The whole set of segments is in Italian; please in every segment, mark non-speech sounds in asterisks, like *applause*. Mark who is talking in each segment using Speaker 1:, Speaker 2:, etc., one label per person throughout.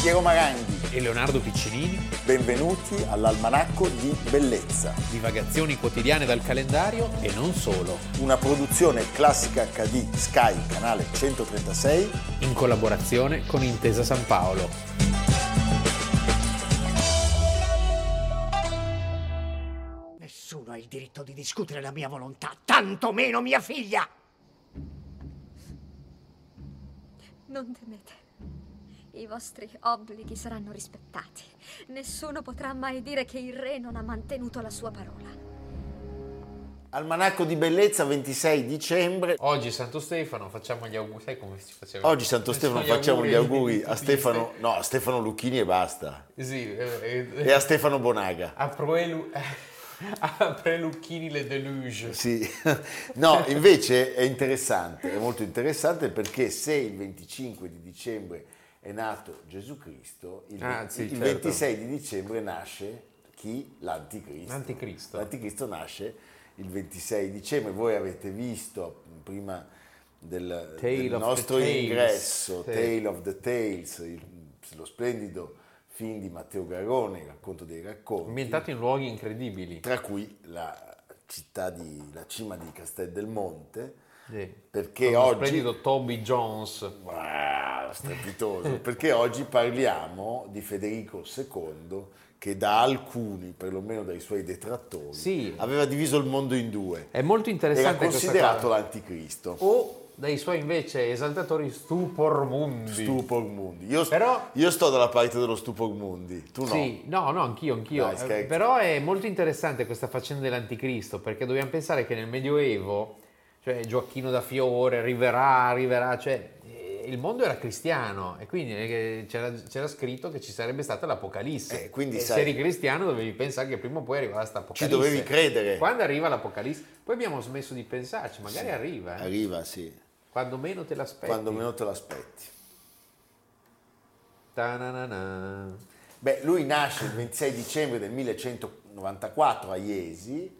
Speaker 1: Piero Maranghi.
Speaker 2: e Leonardo Piccinini,
Speaker 1: Benvenuti all'Almanacco di Bellezza,
Speaker 2: divagazioni quotidiane dal calendario e non solo,
Speaker 1: una produzione classica HD Sky, canale 136.
Speaker 2: in collaborazione con Intesa San Paolo.
Speaker 3: Nessuno ha il diritto di discutere la mia volontà, tantomeno mia figlia!
Speaker 4: Non temete. I vostri obblighi saranno rispettati. Nessuno potrà mai dire che il re non ha mantenuto la sua parola.
Speaker 1: Almanacco di Bellezza 26 dicembre.
Speaker 2: Oggi Santo Stefano, facciamo gli auguri, sai come si faceva?
Speaker 1: Oggi Santo Stefano facciamo gli auguri a Stefano, no, a Stefano Lucchini e basta.
Speaker 2: Sì,
Speaker 1: E a Stefano Bonaga.
Speaker 2: a Proelu... *laughs* A Prelucchini le Deluge.
Speaker 1: Sì, *laughs* no, invece è interessante, è molto interessante perché se il 25 di dicembre è nato Gesù Cristo, il,
Speaker 2: Ah,
Speaker 1: ve-
Speaker 2: sì,
Speaker 1: il
Speaker 2: certo.
Speaker 1: 26 di dicembre nasce chi? L'Anticristo.
Speaker 2: L'Anticristo.
Speaker 1: L'Anticristo nasce il 26 dicembre, voi avete visto prima del,
Speaker 2: Tale
Speaker 1: del
Speaker 2: of the
Speaker 1: nostro
Speaker 2: Tales.
Speaker 1: ingresso,
Speaker 2: Sì.
Speaker 1: Tale of the Tales, il- lo splendido film di Matteo Garrone, il racconto dei racconti
Speaker 2: Ambientato in luoghi incredibili.
Speaker 1: tra cui la città di la cima di Castel del Monte
Speaker 2: Sì.
Speaker 1: perché
Speaker 2: Con lo
Speaker 1: oggi
Speaker 2: splendido Toby Jones.
Speaker 1: Ah, strepitoso perché oggi parliamo di Federico II che da alcuni perlomeno dai suoi detrattori
Speaker 2: Sì.
Speaker 1: aveva diviso il mondo in due
Speaker 2: È molto
Speaker 1: era
Speaker 2: interessante questa
Speaker 1: considerato
Speaker 2: cosa. Oh,
Speaker 1: l'anticristo
Speaker 2: O dai suoi invece esaltatori stupormundi.
Speaker 1: Stupor Mundi io,
Speaker 2: Però-
Speaker 1: io sto dalla parte dello Stupor Mundi tu no
Speaker 2: Sì, no, no, anch'io, anch'io.
Speaker 1: Dai,
Speaker 2: Eh,
Speaker 1: scherzo.
Speaker 2: Però è molto interessante questa faccenda dell'anticristo, perché dobbiamo pensare che nel Medioevo, cioè Gioacchino da Fiore, Riverà, Riverà, cioè eh, il mondo era cristiano e quindi eh, c'era, c'era scritto che ci sarebbe stata l'Apocalisse.
Speaker 1: Eh, quindi
Speaker 2: e
Speaker 1: sai-
Speaker 2: se eri cristiano dovevi pensare che prima o poi arrivava questa
Speaker 1: ci
Speaker 2: Apocalisse.
Speaker 1: dovevi credere
Speaker 2: Quando arriva l'Apocalisse, poi abbiamo smesso di pensarci, magari arriva, eh,
Speaker 1: arriva sì
Speaker 2: quando meno te l'aspetti.
Speaker 1: quando meno te l'aspetti
Speaker 2: Ta-na-na-na.
Speaker 1: Beh, lui nasce il 26 dicembre del 1194 a Iesi.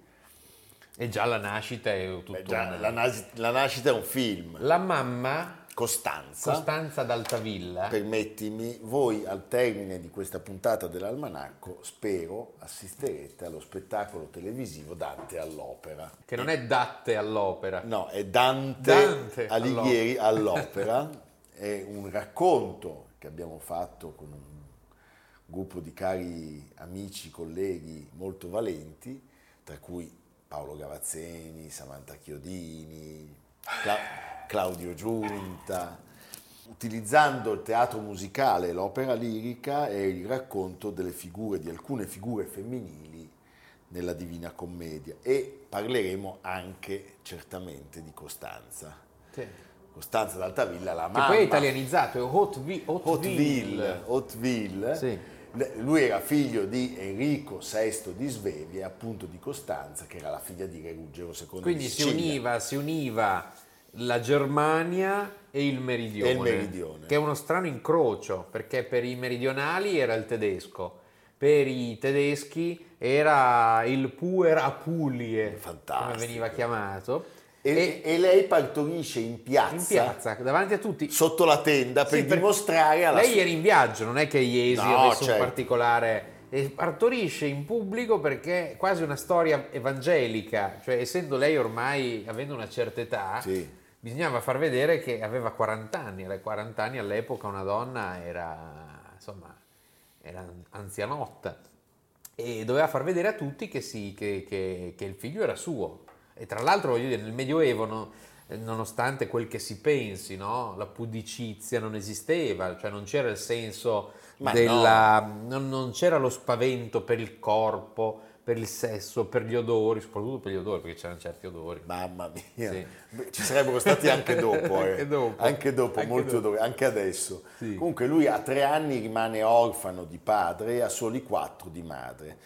Speaker 2: E già la nascita è tutto
Speaker 1: Beh, Eh, già
Speaker 2: un-
Speaker 1: la, nasi- la nascita è un film.
Speaker 2: La mamma
Speaker 1: Costanza,
Speaker 2: Costanza d'Altavilla
Speaker 1: permettimi, voi al termine di questa puntata dell'almanacco, spero, assisterete allo spettacolo televisivo Dante all'opera.
Speaker 2: che non è datte all'opera
Speaker 1: No, è Dante,
Speaker 2: Dante
Speaker 1: Alighieri all'opera, *laughs* è un racconto che abbiamo fatto con un gruppo di cari amici, colleghi molto valenti, tra cui Paolo Gavazzeni, Samantha Chiodini, Cla- Claudio Giunta, utilizzando il teatro musicale, l'opera lirica e il racconto delle figure, di alcune figure femminili nella Divina Commedia e parleremo anche certamente di Costanza.
Speaker 2: Sì.
Speaker 1: Costanza d'Altavilla, la
Speaker 2: che
Speaker 1: mamma.
Speaker 2: poi è italianizzato è Hotvi- Hotville
Speaker 1: Hauteville, Hauteville.
Speaker 2: Sì.
Speaker 1: Le- Lui era figlio di Enrico VI di Svevia, appunto di Costanza, che era la figlia di Re Ruggero II.
Speaker 2: quindi
Speaker 1: di
Speaker 2: si
Speaker 1: Sicilia.
Speaker 2: univa, si univa la Germania e il meridione
Speaker 1: E il meridione.
Speaker 2: che è uno strano incrocio perché per i meridionali era il tedesco per i tedeschi era il Puer Apulie
Speaker 1: Fantastico.
Speaker 2: come veniva chiamato
Speaker 1: E, e lei partorisce in piazza,
Speaker 2: in piazza davanti a tutti
Speaker 1: sotto la tenda per
Speaker 2: Sì, per-
Speaker 1: dimostrare alla
Speaker 2: Lei
Speaker 1: sua-
Speaker 2: era in viaggio, non è che Iesi
Speaker 1: No,
Speaker 2: avesse
Speaker 1: certo.
Speaker 2: un particolare. E partorisce in pubblico perché è quasi una storia evangelica, cioè essendo lei ormai avendo una certa età,
Speaker 1: Sì.
Speaker 2: bisognava far vedere che aveva 40 anni, era 40 anni all'epoca una donna era insomma era anzianotta e doveva far vedere a tutti che, sì, che- che- che il figlio era suo. E tra l'altro, voglio dire, nel Medioevo, no, eh, nonostante quel che si pensi, no, la pudicizia non esisteva, cioè non c'era il senso
Speaker 1: Ma
Speaker 2: della... Non, non c'era lo spavento per il corpo, per il sesso, per gli odori, soprattutto per gli odori, perché c'erano certi odori.
Speaker 1: Mamma mia,
Speaker 2: Sì.
Speaker 1: Beh, ci sarebbero stati
Speaker 2: *laughs*
Speaker 1: anche dopo, eh.
Speaker 2: Anche dopo.
Speaker 1: Anche dopo,
Speaker 2: Anche
Speaker 1: molti
Speaker 2: dopo.
Speaker 1: odori, anche adesso.
Speaker 2: Sì.
Speaker 1: Comunque lui a tre anni rimane orfano di padre e a soli quattro di madre.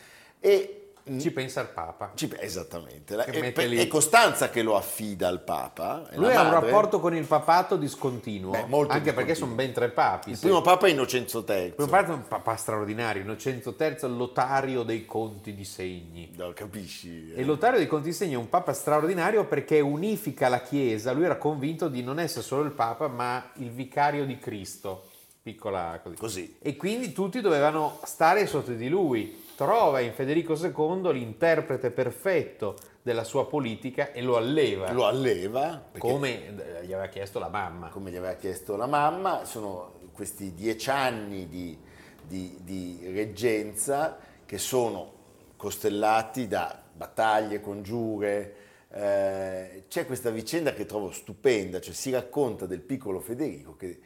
Speaker 1: E
Speaker 2: Ci pensa il Papa.
Speaker 1: Ci- esattamente, La-
Speaker 2: Che
Speaker 1: è,
Speaker 2: mette lì.
Speaker 1: è Costanza che lo affida al Papa. e
Speaker 2: Lui
Speaker 1: la
Speaker 2: ha un
Speaker 1: madre-
Speaker 2: rapporto con il papato discontinuo,
Speaker 1: eh? Beh, molto
Speaker 2: anche perché
Speaker 1: discontinuo.
Speaker 2: sono ben tre papi.
Speaker 1: Il
Speaker 2: sì.
Speaker 1: primo Papa è Innocenzo III.
Speaker 2: Primo parte un papà straordinario, Innocenzo III, Lotario dei Conti di Segni.
Speaker 1: No, capisci?
Speaker 2: E Lotario dei Conti di Segni è un papa straordinario perché unifica la Chiesa, lui era convinto di non essere solo il papa ma il vicario di Cristo. piccola così.
Speaker 1: Così.
Speaker 2: E quindi tutti dovevano stare sotto di lui. Trova in Federico II l'interprete perfetto della sua politica e lo alleva,
Speaker 1: Lo alleva, perché-
Speaker 2: come eh, gli aveva chiesto la mamma.
Speaker 1: come gli aveva chiesto la mamma, sono questi dieci anni di, di- di reggenza che sono costellati da battaglie, congiure. eh, c'è questa vicenda che trovo stupenda, cioè si racconta del piccolo Federico che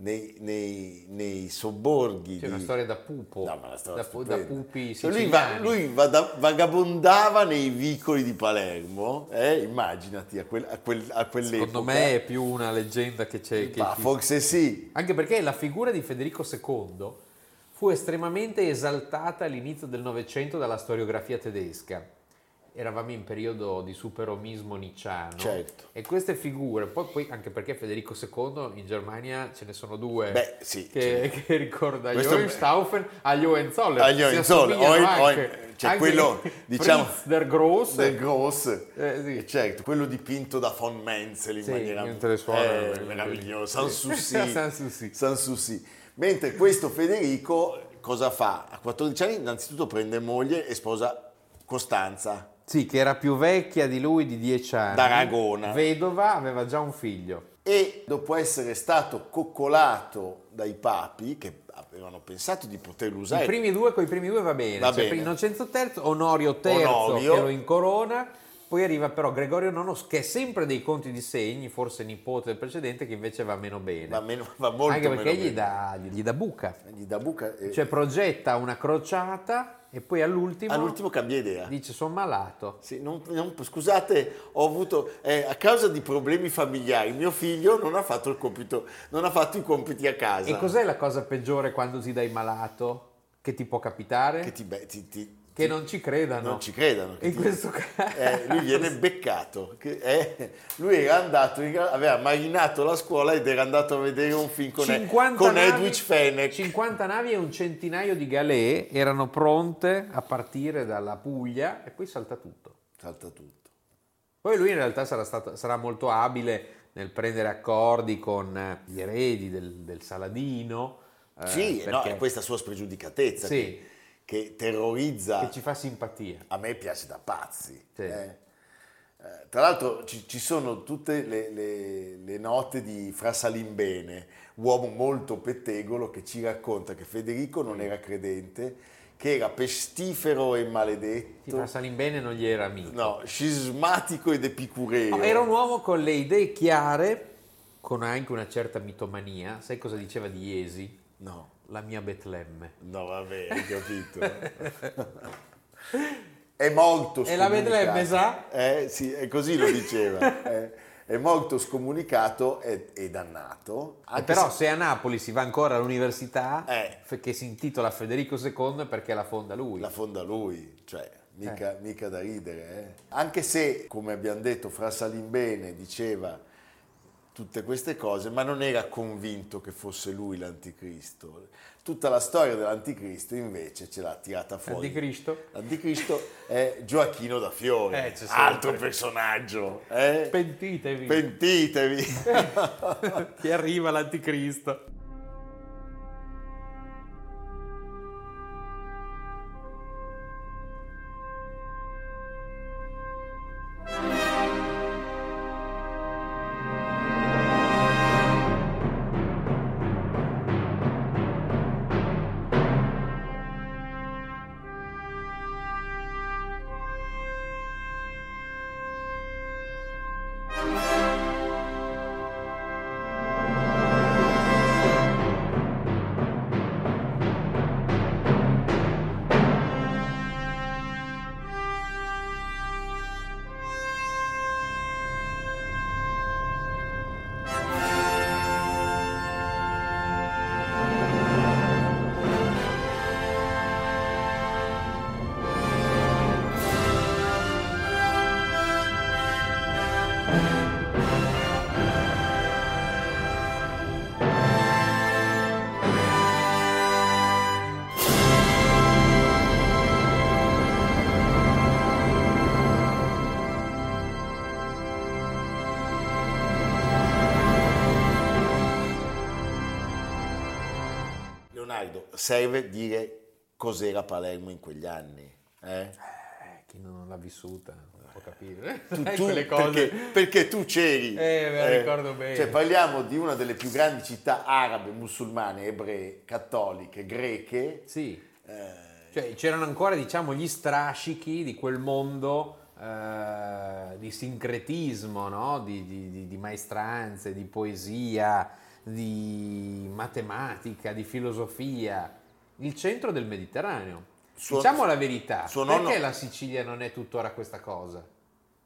Speaker 1: nei, nei- nei sobborghi
Speaker 2: C'è
Speaker 1: di...
Speaker 2: una storia da pupo,
Speaker 1: Mm. No, ma la storia
Speaker 2: da, pu- da
Speaker 1: stupenda.
Speaker 2: pupi
Speaker 1: Cioè, lui,
Speaker 2: siciliani.
Speaker 1: va- lui vada- vagabondava nei vicoli di Palermo, eh, immaginati a, quel- a quel- a quell'epoca.
Speaker 2: Secondo me è più una leggenda che c'è. Che
Speaker 1: eh. Ma
Speaker 2: ci-
Speaker 1: forse sì,
Speaker 2: Anche perché la figura di Federico II fu estremamente esaltata all'inizio del Novecento dalla storiografia tedesca. Eravamo in periodo di superomismo nicciano
Speaker 1: Certo.
Speaker 2: e queste figure, poi, poi anche perché Federico II in Germania ce ne sono due
Speaker 1: Beh, sì,
Speaker 2: Eh.
Speaker 1: cioè,
Speaker 2: che, *laughs* che ricorda
Speaker 1: Questo-
Speaker 2: Hohenstaufen agli Hohenzollern.
Speaker 1: Agli
Speaker 2: si
Speaker 1: Hohenzollern,
Speaker 2: assomigliano
Speaker 1: Hohen-
Speaker 2: anche.
Speaker 1: Hohen- cioè
Speaker 2: Anche
Speaker 1: quello, *laughs* diciamo,
Speaker 2: Fritz der Gross
Speaker 1: del Gross,
Speaker 2: Eh, sì.
Speaker 1: certo, quello dipinto da von Menzel in
Speaker 2: Sì,
Speaker 1: maniera
Speaker 2: mentre suona,
Speaker 1: eh,
Speaker 2: eh,
Speaker 1: meraviglioso,
Speaker 2: sì. *laughs*
Speaker 1: Sanssouci.
Speaker 2: Sanssouci.
Speaker 1: Sanssouci. Mentre questo Federico cosa fa? A 14 anni innanzitutto prende moglie e sposa Costanza.
Speaker 2: Sì, che era più vecchia di lui di 10 anni.
Speaker 1: D'Aragona.
Speaker 2: Vedova, aveva già un figlio.
Speaker 1: e dopo essere stato coccolato dai papi che avevano pensato di poterlo usare
Speaker 2: I primi due, con i primi due va bene.
Speaker 1: Va
Speaker 2: Cioè,
Speaker 1: bene.
Speaker 2: per Innocenzo III, Onorio III,
Speaker 1: Onorio.
Speaker 2: che lo incorona. Poi arriva però Gregorio IX, che è sempre dei conti di segni, forse nipote del precedente, che invece va meno bene.
Speaker 1: va, meno, va molto
Speaker 2: Anche perché
Speaker 1: meno bene.
Speaker 2: gli dà, gli dà buca.
Speaker 1: Gli dà buca eh, e
Speaker 2: Cioè progetta una crociata e poi all'ultimo,
Speaker 1: all'ultimo cambia idea
Speaker 2: dice sono malato.
Speaker 1: Sì, non- non- scusate, ho avuto eh, a causa di problemi familiari, mio figlio non ha fatto il compito, non ha fatto i compiti a casa.
Speaker 2: E cos'è la cosa peggiore quando ti dai malato? Che ti può capitare?
Speaker 1: Che ti, beh, ti- ti-
Speaker 2: Che non ci credano.
Speaker 1: non ci credano. che
Speaker 2: In
Speaker 1: ti-
Speaker 2: questo caso.
Speaker 1: Eh, lui
Speaker 2: *laughs*
Speaker 1: viene beccato. che- eh, lui era andato, in- aveva marinato la scuola ed era andato a vedere un film con,
Speaker 2: 50
Speaker 1: con
Speaker 2: navi-
Speaker 1: Edwidge Fenech.
Speaker 2: 50 navi e un centinaio di galee erano pronte a partire dalla Puglia e poi salta tutto.
Speaker 1: Salta tutto.
Speaker 2: Poi lui in realtà sarà, stato- sarà molto abile nel prendere accordi con eh, gli eredi del, del Saladino. eh,
Speaker 1: sì, no,
Speaker 2: perché-
Speaker 1: è questa sua spregiudicatezza
Speaker 2: Sì.
Speaker 1: che, che terrorizza.
Speaker 2: che ci fa simpatia.
Speaker 1: a me piace da pazzi.
Speaker 2: Sì.
Speaker 1: eh. Eh, Tra l'altro ci, ci sono tutte le, le- le note di Fra Salimbene, uomo molto pettegolo che ci racconta che Federico non era credente, che era pestifero e
Speaker 2: Sì, fra
Speaker 1: maledetto,
Speaker 2: Salimbene non gli era amico.
Speaker 1: no, scismatico ed epicureo.
Speaker 2: No, era un uomo con le idee chiare, con anche una certa mitomania. Sai cosa diceva di Iesi?
Speaker 1: No,
Speaker 2: La mia Betlemme.
Speaker 1: no, vabbè, hai capito. *laughs* È molto
Speaker 2: E la Betlemme,
Speaker 1: scomunicato. Eh, sì, è così lo
Speaker 2: *laughs*
Speaker 1: diceva. eh. È molto scomunicato e, e dannato.
Speaker 2: Eh,
Speaker 1: anche
Speaker 2: Però
Speaker 1: se-
Speaker 2: se a Napoli si va ancora all'università,
Speaker 1: Eh.
Speaker 2: f- che si intitola Federico II è perché la fonda lui.
Speaker 1: La fonda lui, cioè, mica,
Speaker 2: Eh.
Speaker 1: mica da ridere. eh. Anche se, come abbiamo detto, Fra Salimbene diceva tutte queste cose, ma non era convinto che fosse lui l'anticristo. Tutta la storia dell'anticristo invece ce l'ha tirata fuori.
Speaker 2: Anticristo.
Speaker 1: L'anticristo è Gioacchino da Fiori,
Speaker 2: Eh, c'è sempre.
Speaker 1: altro personaggio. eh.
Speaker 2: Pentitevi, *laughs*
Speaker 1: Pentitevi. *laughs*
Speaker 2: che arriva l'anticristo.
Speaker 1: serve dire cos'era Palermo in quegli anni. eh?
Speaker 2: Eh, chi non l'ha vissuta non può capire. *laughs*
Speaker 1: Tu-
Speaker 2: Sai,
Speaker 1: tu-
Speaker 2: Eh, quelle cose.
Speaker 1: Perché, perché tu c'eri.
Speaker 2: Eh, me la ricordo bene.
Speaker 1: Cioè, parliamo di una delle più grandi città arabe, musulmane, ebree, cattoliche, greche.
Speaker 2: Sì,
Speaker 1: eh,
Speaker 2: cioè, c'erano ancora diciamo, gli strascichi di quel mondo eh, di sincretismo, no? di, di- di- di maestranze, di poesia, di matematica, di filosofia. Il centro del Mediterraneo.
Speaker 1: Suo-
Speaker 2: diciamo la verità,
Speaker 1: suo
Speaker 2: perché
Speaker 1: nonno-
Speaker 2: la Sicilia non è tuttora questa cosa?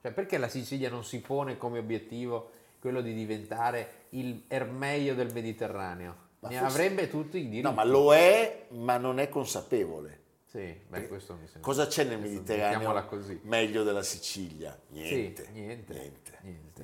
Speaker 2: Cioè, perché la Sicilia non si pone come obiettivo quello di diventare il ermeio del Mediterraneo?
Speaker 1: Ma
Speaker 2: ne
Speaker 1: forse-
Speaker 2: avrebbe tutti i diritti.
Speaker 1: No, ma lo è, ma non è consapevole.
Speaker 2: Sì,
Speaker 1: Eh,
Speaker 2: beh, questo mi sembra.
Speaker 1: Cosa c'è nel
Speaker 2: Adesso
Speaker 1: Mediterraneo
Speaker 2: mettiamola così.
Speaker 1: meglio della Sicilia? Niente.
Speaker 2: Sì, niente,
Speaker 1: Niente.
Speaker 2: niente.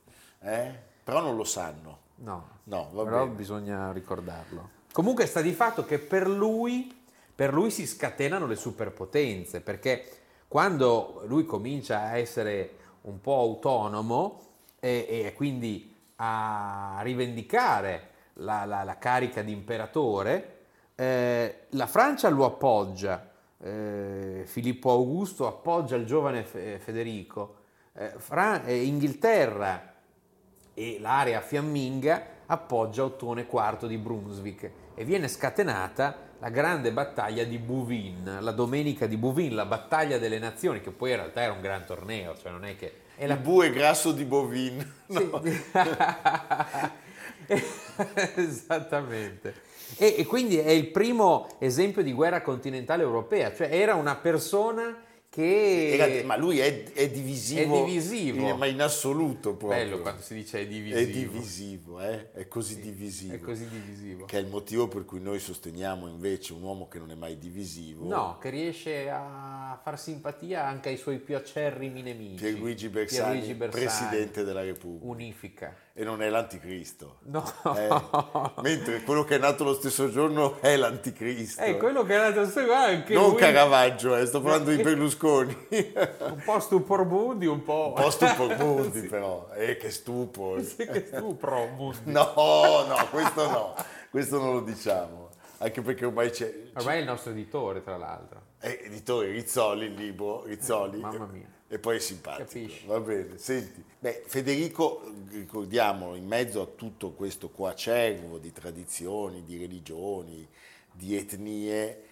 Speaker 1: niente. Eh? Però non lo sanno.
Speaker 2: No,
Speaker 1: No, va
Speaker 2: però
Speaker 1: bene.
Speaker 2: bisogna ricordarlo. Comunque sta di fatto che per lui, per lui si scatenano le superpotenze, perché quando lui comincia a essere un po' autonomo e, e quindi a rivendicare la, la- la carica di imperatore, eh, la Francia lo appoggia, eh, Filippo Augusto appoggia il giovane Fe- Federico, eh, Fran- eh, Inghilterra e l'area fiamminga appoggia Ottone IV di Brunswick e viene scatenata la grande battaglia di Bouvines, la domenica di Bouvines, la battaglia delle nazioni, che poi in realtà era un gran torneo, cioè non è che... *laughs* è
Speaker 1: Il bue grasso di Bovin. *laughs*
Speaker 2: sì. Esattamente. E, e quindi è il primo esempio di guerra continentale europea, cioè era una persona che...
Speaker 1: Era- ma lui è, è divisivo.
Speaker 2: È divisivo.
Speaker 1: in- ma in assoluto proprio.
Speaker 2: Bello quando si dice è divisivo.
Speaker 1: È divisivo, eh? è così divisivo.
Speaker 2: È così divisivo.
Speaker 1: Che è il motivo per cui noi sosteniamo invece un uomo che non è mai divisivo.
Speaker 2: No, che riesce a far simpatia anche ai suoi più acerrimi nemici.
Speaker 1: Pierluigi Bersani,
Speaker 2: Pierluigi Bersani.
Speaker 1: presidente della Repubblica.
Speaker 2: Unifica.
Speaker 1: E non è l'anticristo.
Speaker 2: No. *laughs*
Speaker 1: Eh, mentre quello che è nato lo stesso giorno è l'anticristo.
Speaker 2: È Eh, Ecco, quello che è la storia anche
Speaker 1: non
Speaker 2: lui,
Speaker 1: Caravaggio, eh, sto parlando di
Speaker 2: che- *laughs*
Speaker 1: Berlusconi.
Speaker 2: un po' stuporbundi, un po'...
Speaker 1: Un po' stuporbundi però, eh, che stupor.
Speaker 2: *laughs* Sì, che stupro, Mundi.
Speaker 1: *laughs* No, no, questo no, questo non lo diciamo, anche perché ormai c'è...
Speaker 2: Ormai è il nostro editore, tra l'altro.
Speaker 1: Eh, editore Rizzoli, il libro Rizzoli.
Speaker 2: Mamma
Speaker 1: e-
Speaker 2: mia.
Speaker 1: E poi è simpatico.
Speaker 2: Capisci.
Speaker 1: Va bene, senti. Beh, Federico, ricordiamolo, in mezzo a tutto questo coacervo di tradizioni, di religioni, di etnie,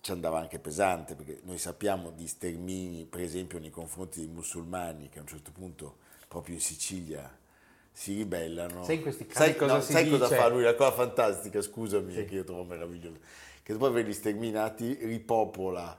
Speaker 1: ci andava anche pesante, perché noi sappiamo di stermini, per esempio, nei confronti dei musulmani, che a un certo punto, proprio in Sicilia, si ribellano.
Speaker 2: Sai in questi casi
Speaker 1: Sai-
Speaker 2: cosa
Speaker 1: no,
Speaker 2: si
Speaker 1: sai cosa
Speaker 2: dice?
Speaker 1: fa lui? La cosa fantastica, scusami, che io trovo meravigliosa, che dopo averli sterminati ripopola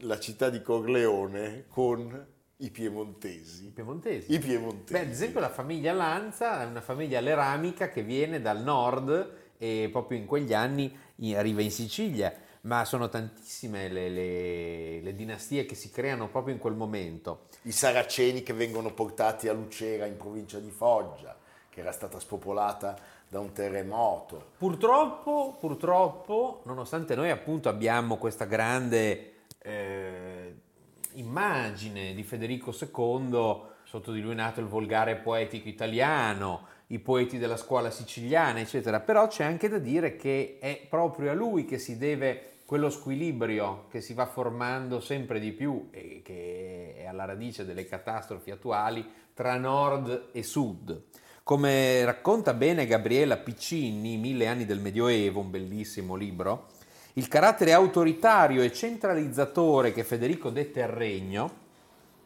Speaker 1: la città di Corleone con i piemontesi.
Speaker 2: I piemontesi.
Speaker 1: I piemontesi.
Speaker 2: Beh, ad esempio la famiglia Lanza è una famiglia leramica che viene dal nord e proprio in quegli anni i- arriva in Sicilia, ma sono tantissime le, le- le dinastie che si creano proprio in quel momento.
Speaker 1: I saraceni che vengono portati a Lucera in provincia di Foggia, che era stata spopolata da un terremoto.
Speaker 2: Purtroppo, purtroppo, nonostante noi appunto abbiamo questa grande eh, immagine di Federico II, sotto di lui è nato il volgare poetico italiano, i poeti della scuola siciliana, eccetera, però c'è anche da dire che è proprio a lui che si deve quello squilibrio che si va formando sempre di più e che è alla radice delle catastrofi attuali tra nord e sud. Come racconta bene Gabriela Piccini, Mille anni del Medioevo, un bellissimo libro, il carattere autoritario e centralizzatore che Federico dette al regno,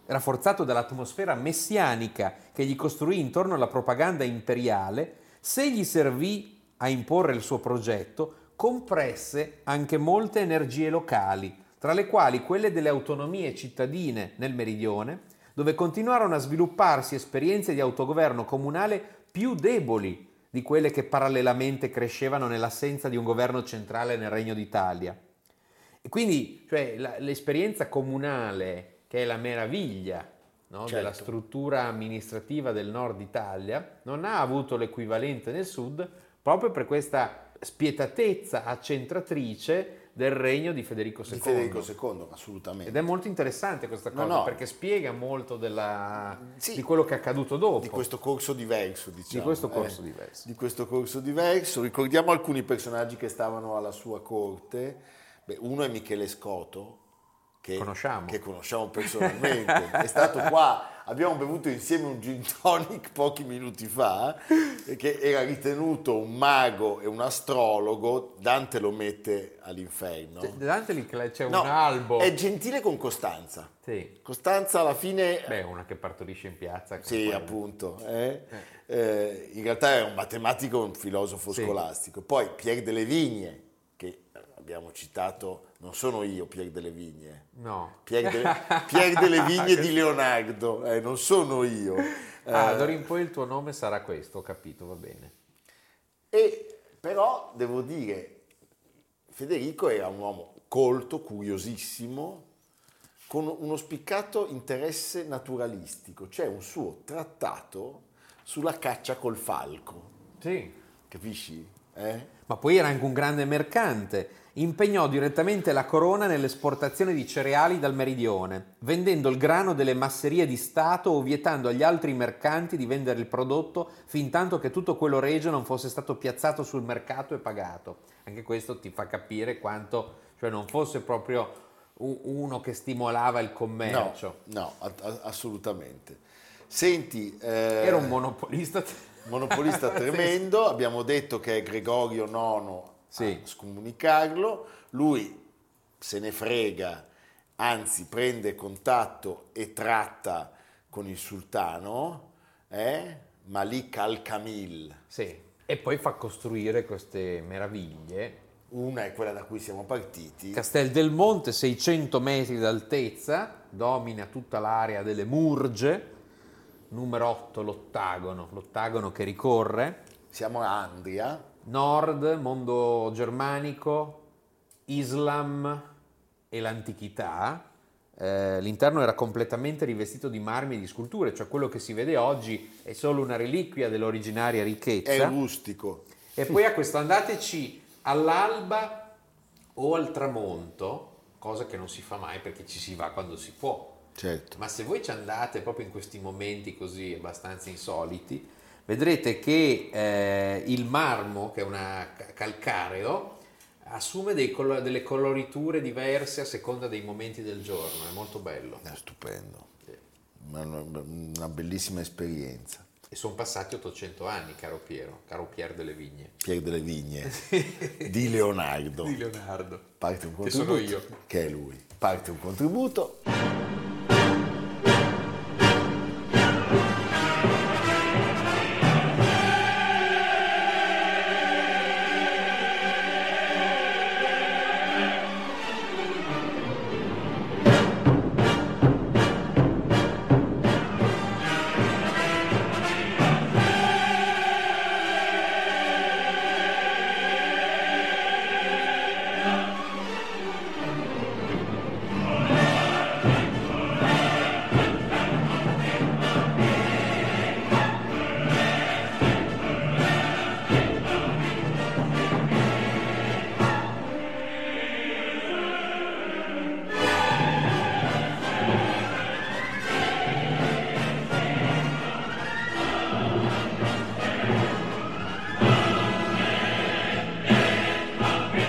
Speaker 2: rafforzato dall'atmosfera messianica che gli costruì intorno alla propaganda imperiale, se gli servì a imporre il suo progetto, compresse anche molte energie locali, tra le quali quelle delle autonomie cittadine nel meridione, dove continuarono a svilupparsi esperienze di autogoverno comunale più deboli di quelle che parallelamente crescevano nell'assenza di un governo centrale nel Regno d'Italia. E quindi cioè, la- l'esperienza comunale, che è la meraviglia no,
Speaker 1: Certo.
Speaker 2: della struttura amministrativa del nord Italia, non ha avuto l'equivalente nel sud proprio per questa spietatezza accentratrice del regno di Federico II.
Speaker 1: Di Federico II, assolutamente.
Speaker 2: Ed è molto interessante questa
Speaker 1: No,
Speaker 2: cosa
Speaker 1: no.
Speaker 2: perché spiega molto della-
Speaker 1: Sì.
Speaker 2: di quello che è accaduto dopo.
Speaker 1: Di questo corso diverso, diciamo.
Speaker 2: Di questo corso diverso.
Speaker 1: Di questo corso diverso. Ricordiamo alcuni personaggi che stavano alla sua corte. Beh, uno è Michele Scoto, che
Speaker 2: Conosciamo.
Speaker 1: che conosciamo
Speaker 2: *laughs*
Speaker 1: personalmente. è stato qua, abbiamo bevuto insieme un gin tonic pochi minuti fa, eh, che era ritenuto un mago e un astrologo. Dante lo mette all'inferno.
Speaker 2: Cioè, Dante lì cla- c'è
Speaker 1: No,
Speaker 2: un albo.
Speaker 1: È gentile con Costanza.
Speaker 2: Sì.
Speaker 1: Costanza alla fine
Speaker 2: Beh, una che partorisce in piazza. con
Speaker 1: sì,
Speaker 2: quella-
Speaker 1: appunto. eh. Eh, in realtà è un matematico e un filosofo
Speaker 2: Sì.
Speaker 1: scolastico. Poi Pierre delle Vigne, che abbiamo citato, non sono io Pierre delle Vigne.
Speaker 2: No.
Speaker 1: Pierre,
Speaker 2: *laughs*
Speaker 1: delle- Pierre delle Vigne di Leonardo, eh, non sono io.
Speaker 2: Ah,
Speaker 1: Eh,
Speaker 2: d'ora in poi il tuo nome sarà questo, ho capito, va bene.
Speaker 1: E però devo dire, Federico era un uomo colto, curiosissimo, con uno spiccato interesse naturalistico. C'è un suo trattato sulla caccia col falco,
Speaker 2: Sì.
Speaker 1: capisci? Eh?
Speaker 2: Ma poi era anche un grande mercante. Impegnò direttamente la corona nell'esportazione di cereali dal meridione, vendendo il grano delle masserie di Stato o vietando agli altri mercanti di vendere il prodotto fin tanto che tutto quello regio non fosse stato piazzato sul mercato e pagato. Anche questo ti fa capire quanto, cioè non fosse proprio u- uno che stimolava il
Speaker 1: No,
Speaker 2: commercio.
Speaker 1: no, a- a- assolutamente. Senti, eh,
Speaker 2: Era un monopolista. *laughs*
Speaker 1: monopolista tremendo, abbiamo detto che è Gregorio IX
Speaker 2: Sì.
Speaker 1: a scomunicarlo, lui se ne frega, anzi prende contatto e tratta con il sultano, eh? Malik al-Kamil.
Speaker 2: Sì. E poi fa costruire queste meraviglie
Speaker 1: Una è quella da cui siamo partiti,
Speaker 2: Castel del Monte, 600 metri d'altezza, domina tutta l'area delle Murge, numero 8 l'ottagono, l'ottagono che ricorre,
Speaker 1: siamo a Andria,
Speaker 2: nord, mondo germanico, Islam e l'antichità. Eh, l'interno era completamente rivestito di marmi e di sculture, cioè quello che si vede oggi è solo una reliquia dell'originaria ricchezza.
Speaker 1: è rustico,
Speaker 2: E poi a questo andateci all'alba o al tramonto, cosa che non si fa mai perché ci si va quando si può.
Speaker 1: certo.
Speaker 2: Ma se voi ci andate proprio in questi momenti così abbastanza insoliti, vedrete che eh, il marmo, che è una ca- calcareo, assume dei colo- delle coloriture diverse a seconda dei momenti del giorno, è molto bello.
Speaker 1: È stupendo, Ma una- una bellissima esperienza.
Speaker 2: E sono passati 800 anni, caro Piero, caro Pier delle Vigne,
Speaker 1: Pier delle
Speaker 2: *laughs*
Speaker 1: Vigne di Leonardo.
Speaker 2: di Leonardo.
Speaker 1: Parte un
Speaker 2: Che
Speaker 1: contributo.
Speaker 2: sono io.
Speaker 1: Che è lui. Parte un contributo.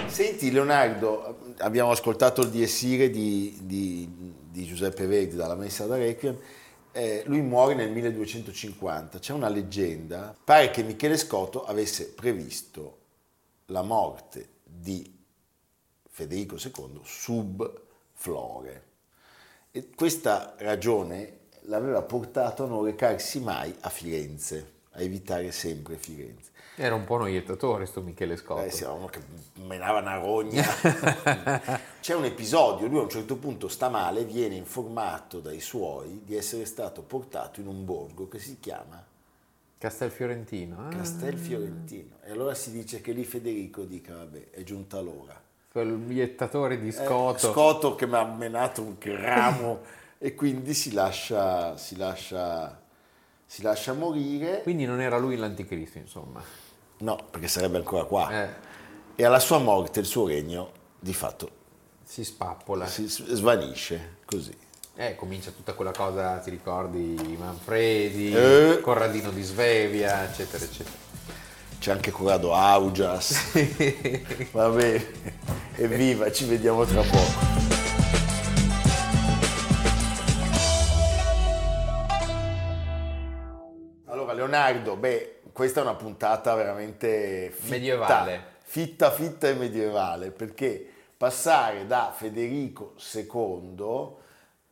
Speaker 1: Senti Leonardo, abbiamo ascoltato il Diesire di, di- di Giuseppe Verdi dalla Messa da Requiem. Eh, lui muore nel 1250. C'è una leggenda. Pare che Michele Scotto avesse previsto la morte di Federico II sub flore. E questa ragione l'aveva portato a non recarsi mai a Firenze, a evitare sempre Firenze.
Speaker 2: Era un po' noiettatore sto Michele Scotto.
Speaker 1: Eh, sì, era uno che menava una
Speaker 2: *laughs*
Speaker 1: rogna. C'è un episodio, lui a un certo punto sta male, viene informato dai suoi di essere stato portato in un borgo che si chiama
Speaker 2: Castel Fiorentino. eh?
Speaker 1: Castel Fiorentino. E allora si dice che lì Federico dica, vabbè, è giunta l'ora.
Speaker 2: Quel biettatore di
Speaker 1: Eh,
Speaker 2: Scoto.
Speaker 1: Scotto che mi ha menato un ramo e quindi si lascia, si lascia, si lascia morire.
Speaker 2: Quindi non era lui l'anticristo, insomma.
Speaker 1: No, perché sarebbe ancora qua.
Speaker 2: Eh.
Speaker 1: E alla sua morte il suo regno di fatto
Speaker 2: si spappola.
Speaker 1: si s- svanisce così.
Speaker 2: Eh, comincia tutta quella cosa, ti ricordi, Manfredi,
Speaker 1: Eh.
Speaker 2: Corradino di Svevia, eccetera, eccetera.
Speaker 1: C'è anche Corrado
Speaker 2: *laughs*
Speaker 1: Augias. Va bene, evviva, ci vediamo tra poco. Allora, Leonardo, beh, questa è una puntata veramente fitta,
Speaker 2: Medievale.
Speaker 1: Fitta, fitta e medievale, perché passare da Federico II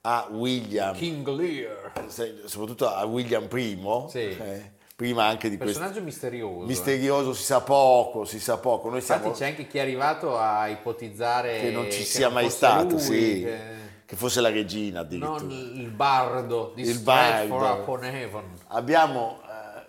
Speaker 1: a William,
Speaker 2: King Lear.
Speaker 1: se- soprattutto a William I,
Speaker 2: Sì.
Speaker 1: eh, prima anche di questo
Speaker 2: Personaggio misterioso. eh.
Speaker 1: misterioso, si sa poco, si sa poco. Noi siamo
Speaker 2: Infatti c'è anche chi è arrivato a ipotizzare
Speaker 1: che non ci
Speaker 2: che
Speaker 1: sia
Speaker 2: non
Speaker 1: mai
Speaker 2: fosse
Speaker 1: stato,
Speaker 2: lui,
Speaker 1: sì.
Speaker 2: che-
Speaker 1: Che fosse la regina addirittura.
Speaker 2: Non il bardo di
Speaker 1: Il
Speaker 2: Stratford
Speaker 1: bardo.
Speaker 2: upon Avon.
Speaker 1: Abbiamo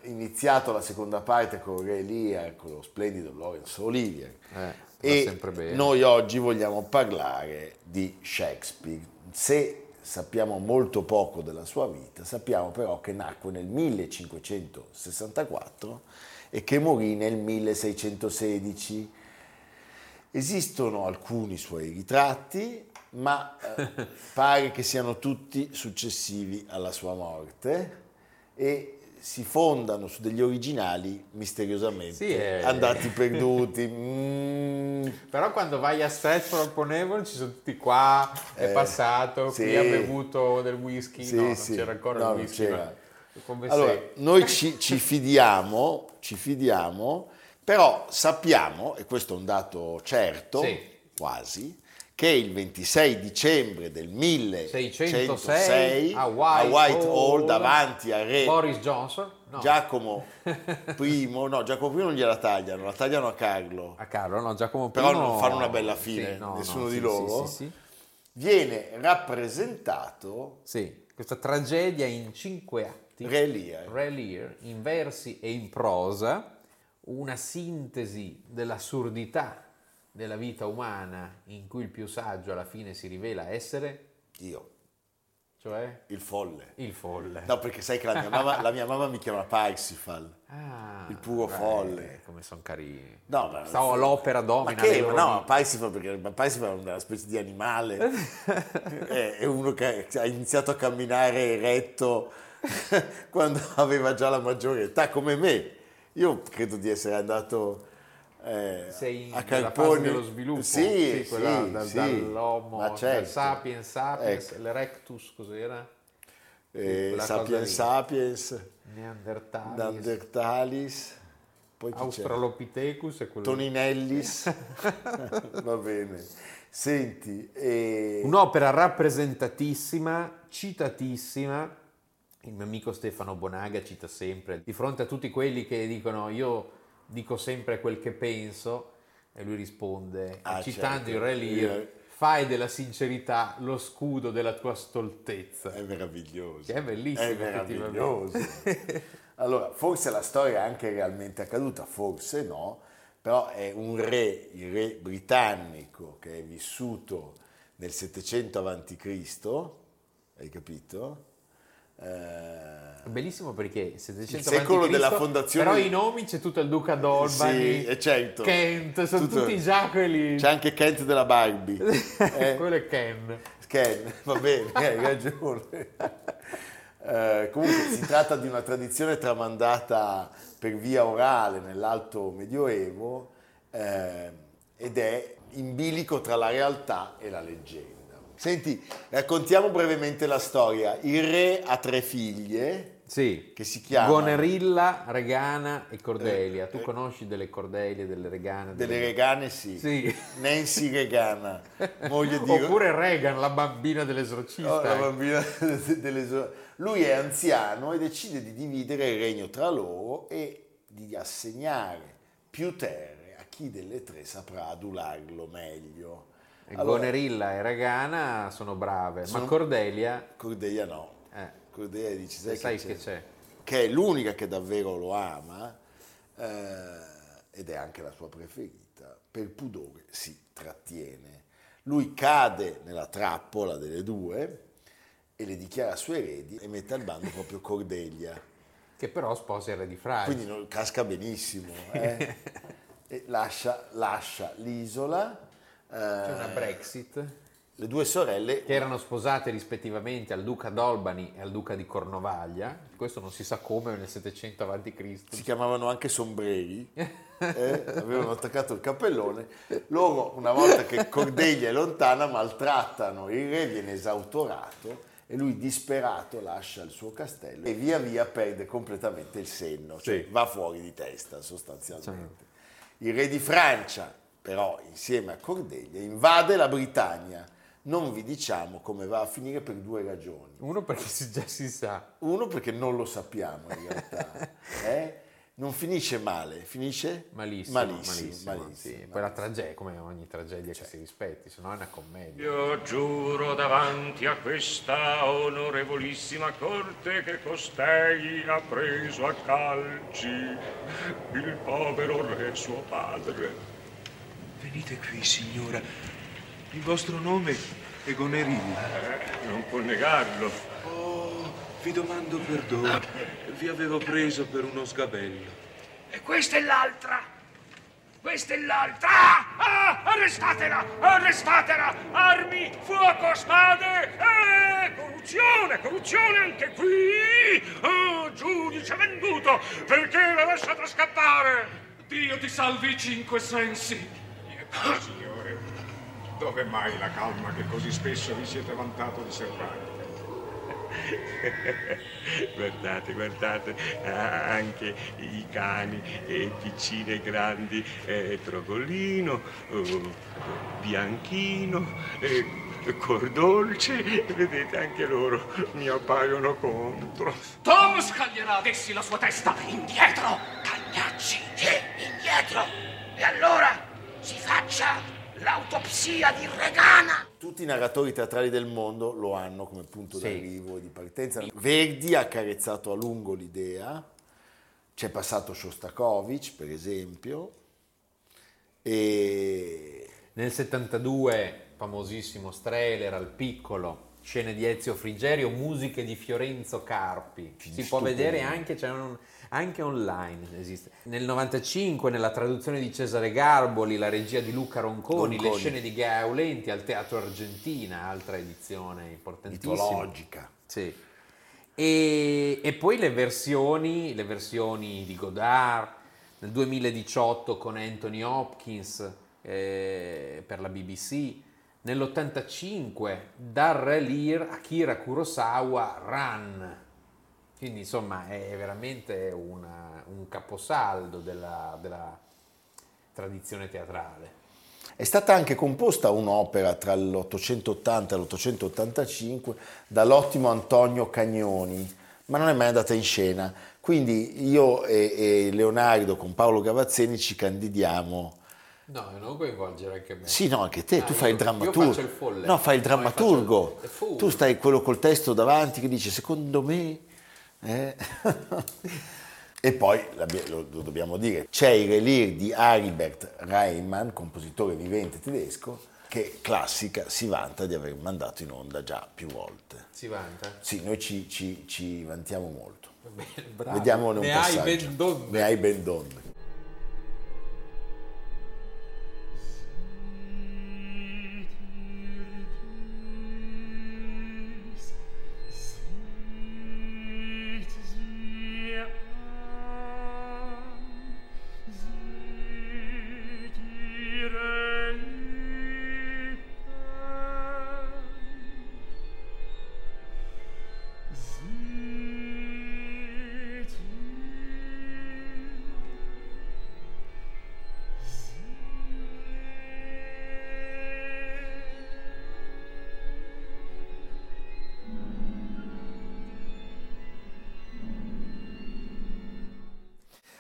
Speaker 1: eh, iniziato la seconda parte con Re Lear, con lo splendido Laurence Olivier.
Speaker 2: Eh, va
Speaker 1: e
Speaker 2: sempre bene.
Speaker 1: noi oggi vogliamo parlare di Shakespeare. Se sappiamo molto poco della sua vita, sappiamo però che nacque nel 1564 e che morì nel 1616. Esistono alcuni suoi ritratti, ma eh, pare che siano tutti successivi alla sua morte e si fondano su degli originali misteriosamente
Speaker 2: Sì, eh.
Speaker 1: andati perduti. Mm.
Speaker 2: Però quando vai a Stratford upon Avon ci sono tutti qua, è
Speaker 1: Eh,
Speaker 2: passato,
Speaker 1: sì.
Speaker 2: qui ha bevuto del whisky,
Speaker 1: Sì,
Speaker 2: no, non
Speaker 1: sì.
Speaker 2: c'era ancora
Speaker 1: No,
Speaker 2: il
Speaker 1: non
Speaker 2: whisky.
Speaker 1: c'era.
Speaker 2: ma Come
Speaker 1: Allora,
Speaker 2: se-
Speaker 1: noi
Speaker 2: *laughs*
Speaker 1: ci, ci fidiamo, ci fidiamo, però sappiamo, e questo è un dato certo,
Speaker 2: Sì.
Speaker 1: quasi, che il 26 dicembre del
Speaker 2: 606
Speaker 1: 1606
Speaker 2: a Whitehall,
Speaker 1: davanti al re
Speaker 2: Boris Johnson, no, *laughs*
Speaker 1: Giacomo I, no, Giacomo I non gliela tagliano, la tagliano a Carlo.
Speaker 2: a Ah, Carlo, no, Giacomo
Speaker 1: Però
Speaker 2: I-
Speaker 1: non fanno una bella fine, nessuno di
Speaker 2: sì,
Speaker 1: loro.
Speaker 2: Sì, sì, sì.
Speaker 1: Viene rappresentato
Speaker 2: Sì, questa tragedia in cinque atti.
Speaker 1: Re Lear.
Speaker 2: Re Lear, in versi e in prosa, una sintesi dell'assurdità della vita umana in cui il più saggio alla fine si rivela essere,
Speaker 1: io,
Speaker 2: cioè,
Speaker 1: il folle.
Speaker 2: il folle.
Speaker 1: No, perché sai che la mia mamma, la mia mamma mi chiama Parsifal.
Speaker 2: Ah,
Speaker 1: il puro
Speaker 2: dai,
Speaker 1: folle.
Speaker 2: Come sono
Speaker 1: *laughs*
Speaker 2: carini.
Speaker 1: No, ma-
Speaker 2: Stavo all'opera
Speaker 1: Ma
Speaker 2: domina.
Speaker 1: che?
Speaker 2: dei
Speaker 1: ma
Speaker 2: loro
Speaker 1: No, Parsifal perché Parsifal è una specie di animale.
Speaker 2: *laughs*
Speaker 1: è, è uno che ha iniziato a camminare eretto *laughs* quando aveva già la maggiore età, come me. Io credo di essere andato eh,
Speaker 2: Sei
Speaker 1: a
Speaker 2: nella fase
Speaker 1: Carponi.
Speaker 2: dello sviluppo,
Speaker 1: Sì, sì,
Speaker 2: quella da-
Speaker 1: sì.
Speaker 2: dall'Homo,
Speaker 1: Ma
Speaker 2: dal
Speaker 1: certo.
Speaker 2: Sapiens Sapiens,
Speaker 1: Ecco,
Speaker 2: l'Erectus cos'era?
Speaker 1: eh,
Speaker 2: quella cosa
Speaker 1: sapiens
Speaker 2: lì.
Speaker 1: Sapiens,
Speaker 2: Neandertalis,
Speaker 1: Neandertalis, poi chi c'era?
Speaker 2: Australopithecus e quello
Speaker 1: Toninellis. Va bene. Senti, e...
Speaker 2: Eh. Un'opera rappresentatissima, citatissima. Il mio amico Stefano Bonaga cita sempre, di fronte a tutti quelli che dicono io dico sempre quel che penso, e lui risponde,
Speaker 1: Ah, certo.
Speaker 2: citando il Re Lear,
Speaker 1: Io-
Speaker 2: fai della sincerità lo scudo della tua stoltezza.
Speaker 1: È meraviglioso.
Speaker 2: Che è bellissimo,
Speaker 1: È meraviglioso. *laughs* allora, forse la storia è anche realmente accaduta, forse no, però è un re, il re britannico che è vissuto nel 700 avanti Cristo, hai capito? Eh,
Speaker 2: Bellissimo perché 700
Speaker 1: Il secolo
Speaker 2: avanti
Speaker 1: della
Speaker 2: Cristo,
Speaker 1: fondazione-
Speaker 2: Però i nomi c'è tutto il Duca d'Olbani,
Speaker 1: sì, è certo.
Speaker 2: Kent, sono
Speaker 1: Tutto-
Speaker 2: tutti Giacoli. *laughs*
Speaker 1: C'è anche Kent della Barbie. Eh,
Speaker 2: Quello è Ken.
Speaker 1: Ken, *laughs* va bene, hai ragione. Eh, comunque si tratta di una tradizione tramandata per via orale nell'alto medioevo eh, ed è in bilico tra la realtà e la leggenda. Senti, raccontiamo brevemente la storia. Il re ha tre figlie
Speaker 2: Sì.
Speaker 1: che si chiamano
Speaker 2: Gonerilla, Regana e Cordelia.
Speaker 1: Eh,
Speaker 2: tu
Speaker 1: eh.
Speaker 2: conosci delle Cordelie, delle Regane?
Speaker 1: delle Regane, sì.
Speaker 2: Sì.
Speaker 1: Nancy Regana, moglie di
Speaker 2: Oppure Regan, la bambina dell'esorcista.
Speaker 1: Oh, la bambina *laughs* delle so- Lui è anziano e decide di dividere il regno tra loro e di assegnare più terre a chi delle tre saprà adularlo meglio.
Speaker 3: Eh,
Speaker 2: E
Speaker 1: Allora,
Speaker 2: Gonerilla e Regana sono brave,
Speaker 1: Sono-
Speaker 2: ma Cordelia,
Speaker 1: Cordelia no.
Speaker 2: eh,
Speaker 1: Cordelia dice, sai,
Speaker 2: sai
Speaker 1: che,
Speaker 2: che
Speaker 1: c'è?"
Speaker 2: c'è.
Speaker 1: Che è l'unica che davvero lo ama eh, ed è anche la sua preferita. Per pudore si trattiene. Lui cade nella trappola delle due e le dichiara sue eredi e mette al bando proprio Cordelia.
Speaker 2: Che però sposa il re di Francia.
Speaker 1: Quindi non-
Speaker 3: *laughs*
Speaker 1: casca benissimo. eh. E lascia, lascia l'isola
Speaker 3: C'è una Brexit
Speaker 1: Le due sorelle,
Speaker 3: che erano sposate rispettivamente al duca d'Olbani e al duca di Cornovaglia. Questo non si sa come nel 700 a.C.
Speaker 1: si chiamavano anche sombreri, eh, avevano attaccato il cappellone. Loro, una volta che Cordelia è lontana, maltrattano il re, viene esautorato e lui disperato lascia il suo castello e via via perde completamente il senno, cioè
Speaker 3: Sì.
Speaker 1: va fuori di testa sostanzialmente. Il re di Francia, però, insieme a Cordelia, invade la Britannia. Non vi diciamo come va a finire per due ragioni.
Speaker 3: Uno perché si- già si sa.
Speaker 1: Uno perché non lo sappiamo in
Speaker 3: *laughs*
Speaker 1: realtà. eh? Non finisce male, finisce
Speaker 3: Malissimo, malissimo, sì.
Speaker 1: malissimo.
Speaker 3: Poi la tragedia, come ogni tragedia
Speaker 1: Cioè.
Speaker 3: che si rispetti, se no è una commedia.
Speaker 5: Io giuro davanti a questa onorevolissima corte che costei ha preso a calci il povero re suo padre.
Speaker 6: Venite qui, signora. Il vostro nome è Gonerini.
Speaker 5: Eh, non può negarlo.
Speaker 6: Oh, vi domando perdono. Vi avevo preso per uno sgabello.
Speaker 5: E questa è l'altra! Questa è l'altra! Ah! Ah! Arrestatela! Arrestatela! Armi, fuoco, spade! Eh, corruzione! Corruzione anche qui! Oh, giudice venduto! Perché l'ha lasciata scappare? Dio ti salvi i cinque sensi!
Speaker 7: Signore, dove mai la calma che così spesso vi siete vantato di serbare?
Speaker 5: *laughs* Guardate, guardate, ah, anche i cani, eh, piccini e grandi, eh, Trogolino, oh, Bianchino, eh, Cordolce, vedete anche loro mi appaiono contro.
Speaker 8: Tom scaglierà ad essi la sua testa! Indietro, cagnacci! Sì, indietro! E allora si faccia l'autopsia di Regana!
Speaker 1: Tutti i narratori teatrali del mondo lo hanno come punto
Speaker 3: Sì.
Speaker 1: d'arrivo e di partenza. Verdi ha carezzato a lungo l'idea, c'è passato Shostakovich, per esempio, e
Speaker 3: Nel 72, famosissimo Strehler al piccolo, scene di Ezio Frigerio, musiche di Fiorenzo Carpi. Si può vedere anche, c'è un- anche online. Esiste. Nel 95, nella traduzione di Cesare Garboli, la regia di Luca Ronconi, le
Speaker 1: Ronconi.
Speaker 3: scene di Gaulenti al Teatro Argentina, altra edizione importantissima.
Speaker 1: mitologica.
Speaker 3: Sì. E, e poi le versioni, le versioni di Godard nel 2018 con Anthony Hopkins eh, per la BBC, nell'85 dal Relir Akira Kurosawa Run. Quindi insomma è veramente una- un caposaldo della, della tradizione teatrale.
Speaker 1: È stata anche composta un'opera tra l'880 e l'885 dall'ottimo Antonio Cagnoni, ma non è mai andata in scena. Quindi io e, e Leonardo con Paolo Gavazzeni ci candidiamo.
Speaker 3: No, non coinvolgere anche me.
Speaker 1: Sì, no, anche te,
Speaker 3: Ah,
Speaker 1: tu
Speaker 3: io-
Speaker 1: fai il
Speaker 3: io
Speaker 1: drammaturgo.
Speaker 3: faccio il folle.
Speaker 1: No, fai il
Speaker 3: No, io faccio il-
Speaker 1: drammaturgo.
Speaker 3: il folle.
Speaker 1: tu stai quello col testo davanti che dice, secondo me... eh?" *laughs* e poi, l'abbia- lo, lo dobbiamo dire, c'è il relir di Aribert Reimann, compositore vivente tedesco, che classica si vanta di aver mandato in onda già più volte.
Speaker 3: Si vanta?
Speaker 1: Sì, noi ci, ci- ci vantiamo molto.
Speaker 3: Bravo.
Speaker 1: Vediamone un
Speaker 3: ne
Speaker 1: passaggio.
Speaker 3: hai ben donne.
Speaker 1: Ne hai ben donne.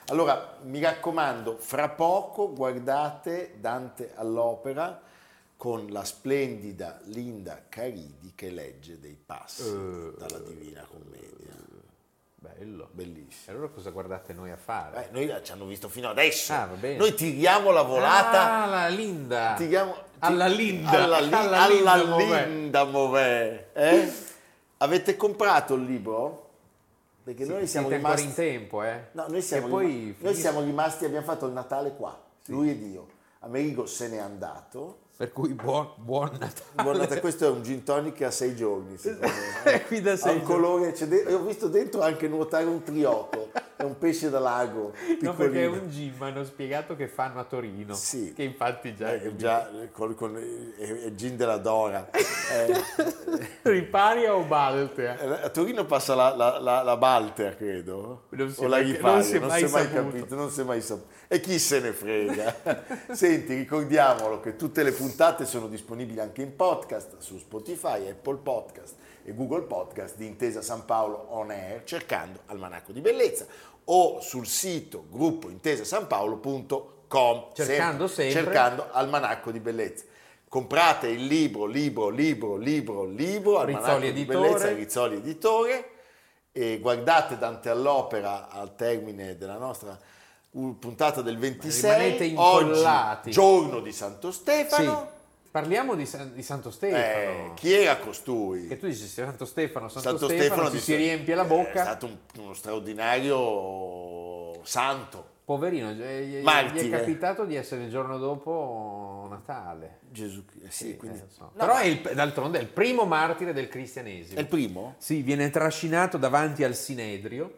Speaker 1: Allora, mi raccomando, fra poco guardate Dante all'opera con la splendida Linda Caridi che legge dei passi dalla Divina Commedia.
Speaker 3: Eh, Bello. E
Speaker 1: Bellissimo.
Speaker 3: allora cosa guardate noi a fare?
Speaker 1: Eh, noi ci hanno visto fino adesso.
Speaker 3: Ah, va bene.
Speaker 1: Noi tiriamo la volata.
Speaker 3: Ah, la Linda.
Speaker 1: tiriamo- ti-
Speaker 3: alla Linda.
Speaker 1: Alla, li-
Speaker 3: Alla
Speaker 1: alla
Speaker 3: Linda Movè.
Speaker 1: Linda Movè. eh? Avete comprato il libro? Perché noi siamo
Speaker 3: Siete ancora in
Speaker 1: rimasti...
Speaker 3: tempo, eh?
Speaker 1: No, noi siamo,
Speaker 3: E poi
Speaker 1: rima- noi
Speaker 3: finisce-
Speaker 1: siamo rimasti, abbiamo fatto il Natale qua, lui ed io. Amerigo se n'è andato
Speaker 3: Per cui buon, buon Natale.
Speaker 1: Guardate, questo è un gin tonic che ha sei giorni, secondo
Speaker 3: *laughs*
Speaker 1: me. eh.
Speaker 3: È qui da
Speaker 1: Ha
Speaker 3: sei
Speaker 1: un colore, c'è de- ho visto dentro anche nuotare un trioto, è un pesce da lago,
Speaker 3: No,
Speaker 1: piccolino.
Speaker 3: perché è un gym, mi hanno spiegato che fanno a Torino.
Speaker 1: Sì.
Speaker 3: Che infatti già,
Speaker 1: Eh, già, col- con- eh, è, è gin della
Speaker 3: *laughs*
Speaker 1: Dora. Eh,
Speaker 3: riparia o Baltea.
Speaker 1: a Eh, Torino passa la, la, la, la Balter, credo.
Speaker 3: Non si
Speaker 1: o la
Speaker 3: è mai-
Speaker 1: Riparia,
Speaker 3: non si è mai saputo.
Speaker 1: capito, non si è mai saputo. E chi se ne frega. *laughs* Senti, ricordiamolo che tutte le puntate sono disponibili anche in podcast su Spotify, Apple Podcast e Google Podcast di Intesa San Paolo On Air cercando Almanacco di Bellezza o sul sito gruppointesasanpaolo.com
Speaker 3: Cercando sempre.
Speaker 1: cercando Almanacco di Bellezza. Comprate il libro, libro, libro, libro, libro, Almanacco
Speaker 3: Rizzoli
Speaker 1: di
Speaker 3: Editore.
Speaker 1: Bellezza, Rizzoli Editore e guardate Dante all'opera al termine della nostra uh, puntata del 26
Speaker 3: Rimanete incollati.
Speaker 1: oggi, giorno di Santo Stefano
Speaker 3: Sì. Parliamo di, San- di Santo
Speaker 1: Eh,
Speaker 3: Stefano.
Speaker 1: chi era costui?
Speaker 3: Che tu dici Santo Stefano, Santo,
Speaker 1: Santo
Speaker 3: Stefano,
Speaker 1: di- Eh,
Speaker 3: ci
Speaker 1: esatto.
Speaker 3: si riempie la
Speaker 1: è
Speaker 3: bocca.
Speaker 1: stato un- uno straordinario santo
Speaker 3: Poverino, eh, gli, gli
Speaker 1: Martire.
Speaker 3: è capitato di essere il giorno dopo Natale.
Speaker 1: Gesù eh sì, quindi-
Speaker 3: Eh, so.
Speaker 1: No,
Speaker 3: Però è il- d'altronde è il primo martire del cristianesimo.
Speaker 1: è il primo?
Speaker 3: Sì, viene trascinato davanti al Sinedrio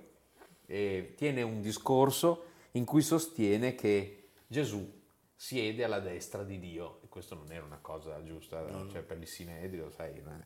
Speaker 3: e tiene un discorso in cui sostiene che Gesù siede alla destra di Dio. E questo non era una cosa giusta cioè, per il Sinedrio, sai. non è-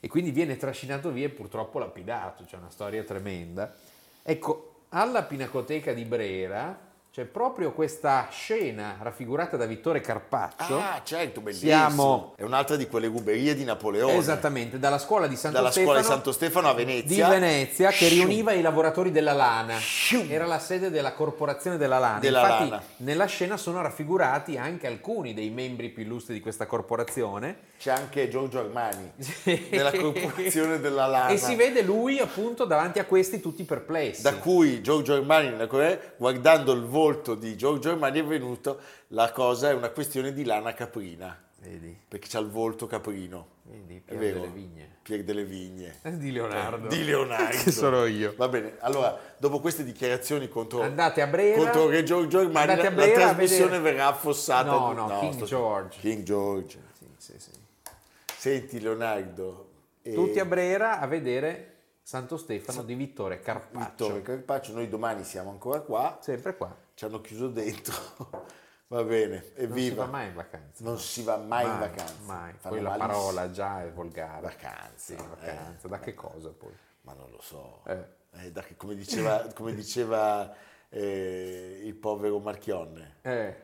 Speaker 3: E quindi viene trascinato via e purtroppo lapidato, c'è una storia tremenda. Ecco, alla Pinacoteca di Brera c'è proprio questa scena raffigurata da Vittore Carpaccio.
Speaker 1: Ah, certo, bellissimo.
Speaker 3: Siamo-
Speaker 1: È un'altra di quelle ruberie di Napoleone.
Speaker 3: Esattamente, dalla scuola di Santo
Speaker 1: Dalla
Speaker 3: Stefano.
Speaker 1: scuola di Santo Stefano a Venezia.
Speaker 3: Di Venezia che
Speaker 1: Shoo.
Speaker 3: riuniva i lavoratori della lana.
Speaker 1: Shoo.
Speaker 3: Era la sede della corporazione della lana.
Speaker 1: Della
Speaker 3: Infatti
Speaker 1: lana.
Speaker 3: nella scena sono raffigurati anche alcuni dei membri più illustri di questa corporazione.
Speaker 1: C'è anche Giorgio
Speaker 3: *laughs*
Speaker 1: Armani *laughs* della corporazione della lana.
Speaker 3: E si vede lui appunto davanti a questi tutti perplessi.
Speaker 1: da cui Giorgio Armani, nella Corea, guardando il volto di Giorgio Armani, è venuto la cosa è una questione di lana caprina,
Speaker 3: Vedi,
Speaker 1: perché c'ha il volto caprino.
Speaker 3: vedi,
Speaker 1: È
Speaker 3: Pier
Speaker 1: vero?
Speaker 3: delle vigne.
Speaker 1: Pier delle vigne.
Speaker 3: Eh, Di Leonardo.
Speaker 1: Di Leonardo.
Speaker 3: Che sono io.
Speaker 1: Va bene, allora, dopo queste dichiarazioni contro,
Speaker 3: Andate a Brera.
Speaker 1: contro Re Giorgio Armani, la,
Speaker 3: Andate a
Speaker 1: la
Speaker 3: Brera a
Speaker 1: trasmissione
Speaker 3: vedere-
Speaker 1: verrà affossata.
Speaker 3: No, no, King
Speaker 1: sto-
Speaker 3: George.
Speaker 1: King George.
Speaker 3: Sì, sì, sì.
Speaker 1: Senti Leonardo. eh,
Speaker 3: Tutti a Brera a vedere Santo Stefano di Vittore Carpaccio.
Speaker 1: Vittorio Carpaccio, noi domani siamo ancora qua,
Speaker 3: Sempre qua.
Speaker 1: ci hanno chiuso dentro. *laughs* Va bene,
Speaker 3: Non si
Speaker 1: evviva.
Speaker 3: va mai in vacanza.
Speaker 1: Non si va mai, in
Speaker 3: Mai,
Speaker 1: vacanza.
Speaker 3: Mai.
Speaker 1: Fanno
Speaker 3: Poi la
Speaker 1: malissimo.
Speaker 3: parola già è volgare.
Speaker 1: Vacanza, eh.
Speaker 3: Sì, vacanza. Da che cosa poi?
Speaker 1: Ma non lo so.
Speaker 3: Eh.
Speaker 1: Eh, da che- come
Speaker 3: *laughs*
Speaker 1: diceva, come diceva, eh, il povero Marchionne,
Speaker 3: Eh,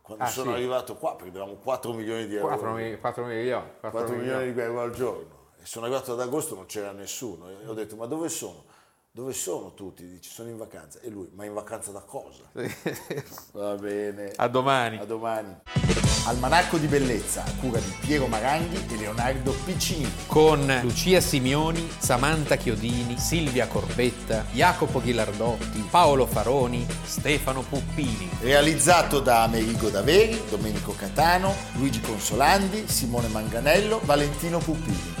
Speaker 1: quando
Speaker 3: Ah,
Speaker 1: sono
Speaker 3: sì.
Speaker 1: arrivato qua prendevamo 4 milioni di euro.
Speaker 3: 4, milioni.
Speaker 1: 4
Speaker 3: 4 milioni.
Speaker 1: milioni di euro al giorno. E sono arrivato ad agosto non c'era nessuno. E ho detto, ma dove sono? Dove sono tutti? Dice, sono in vacanza. E lui, ma in vacanza da cosa? *laughs* Va bene.
Speaker 3: A domani.
Speaker 1: A domani. Almanacco di bellezza, a cura di Piero Maranghi e Leonardo Piccini.
Speaker 3: Con Lucia Simioni, Samantha Chiodini, Silvia Corbetta, Jacopo Ghilardotti, Paolo Faroni, Stefano Puppini.
Speaker 1: Realizzato da Amerigo Daveri, Domenico Catano, Luigi Consolandi, Simone Manganello, Valentino Pupini.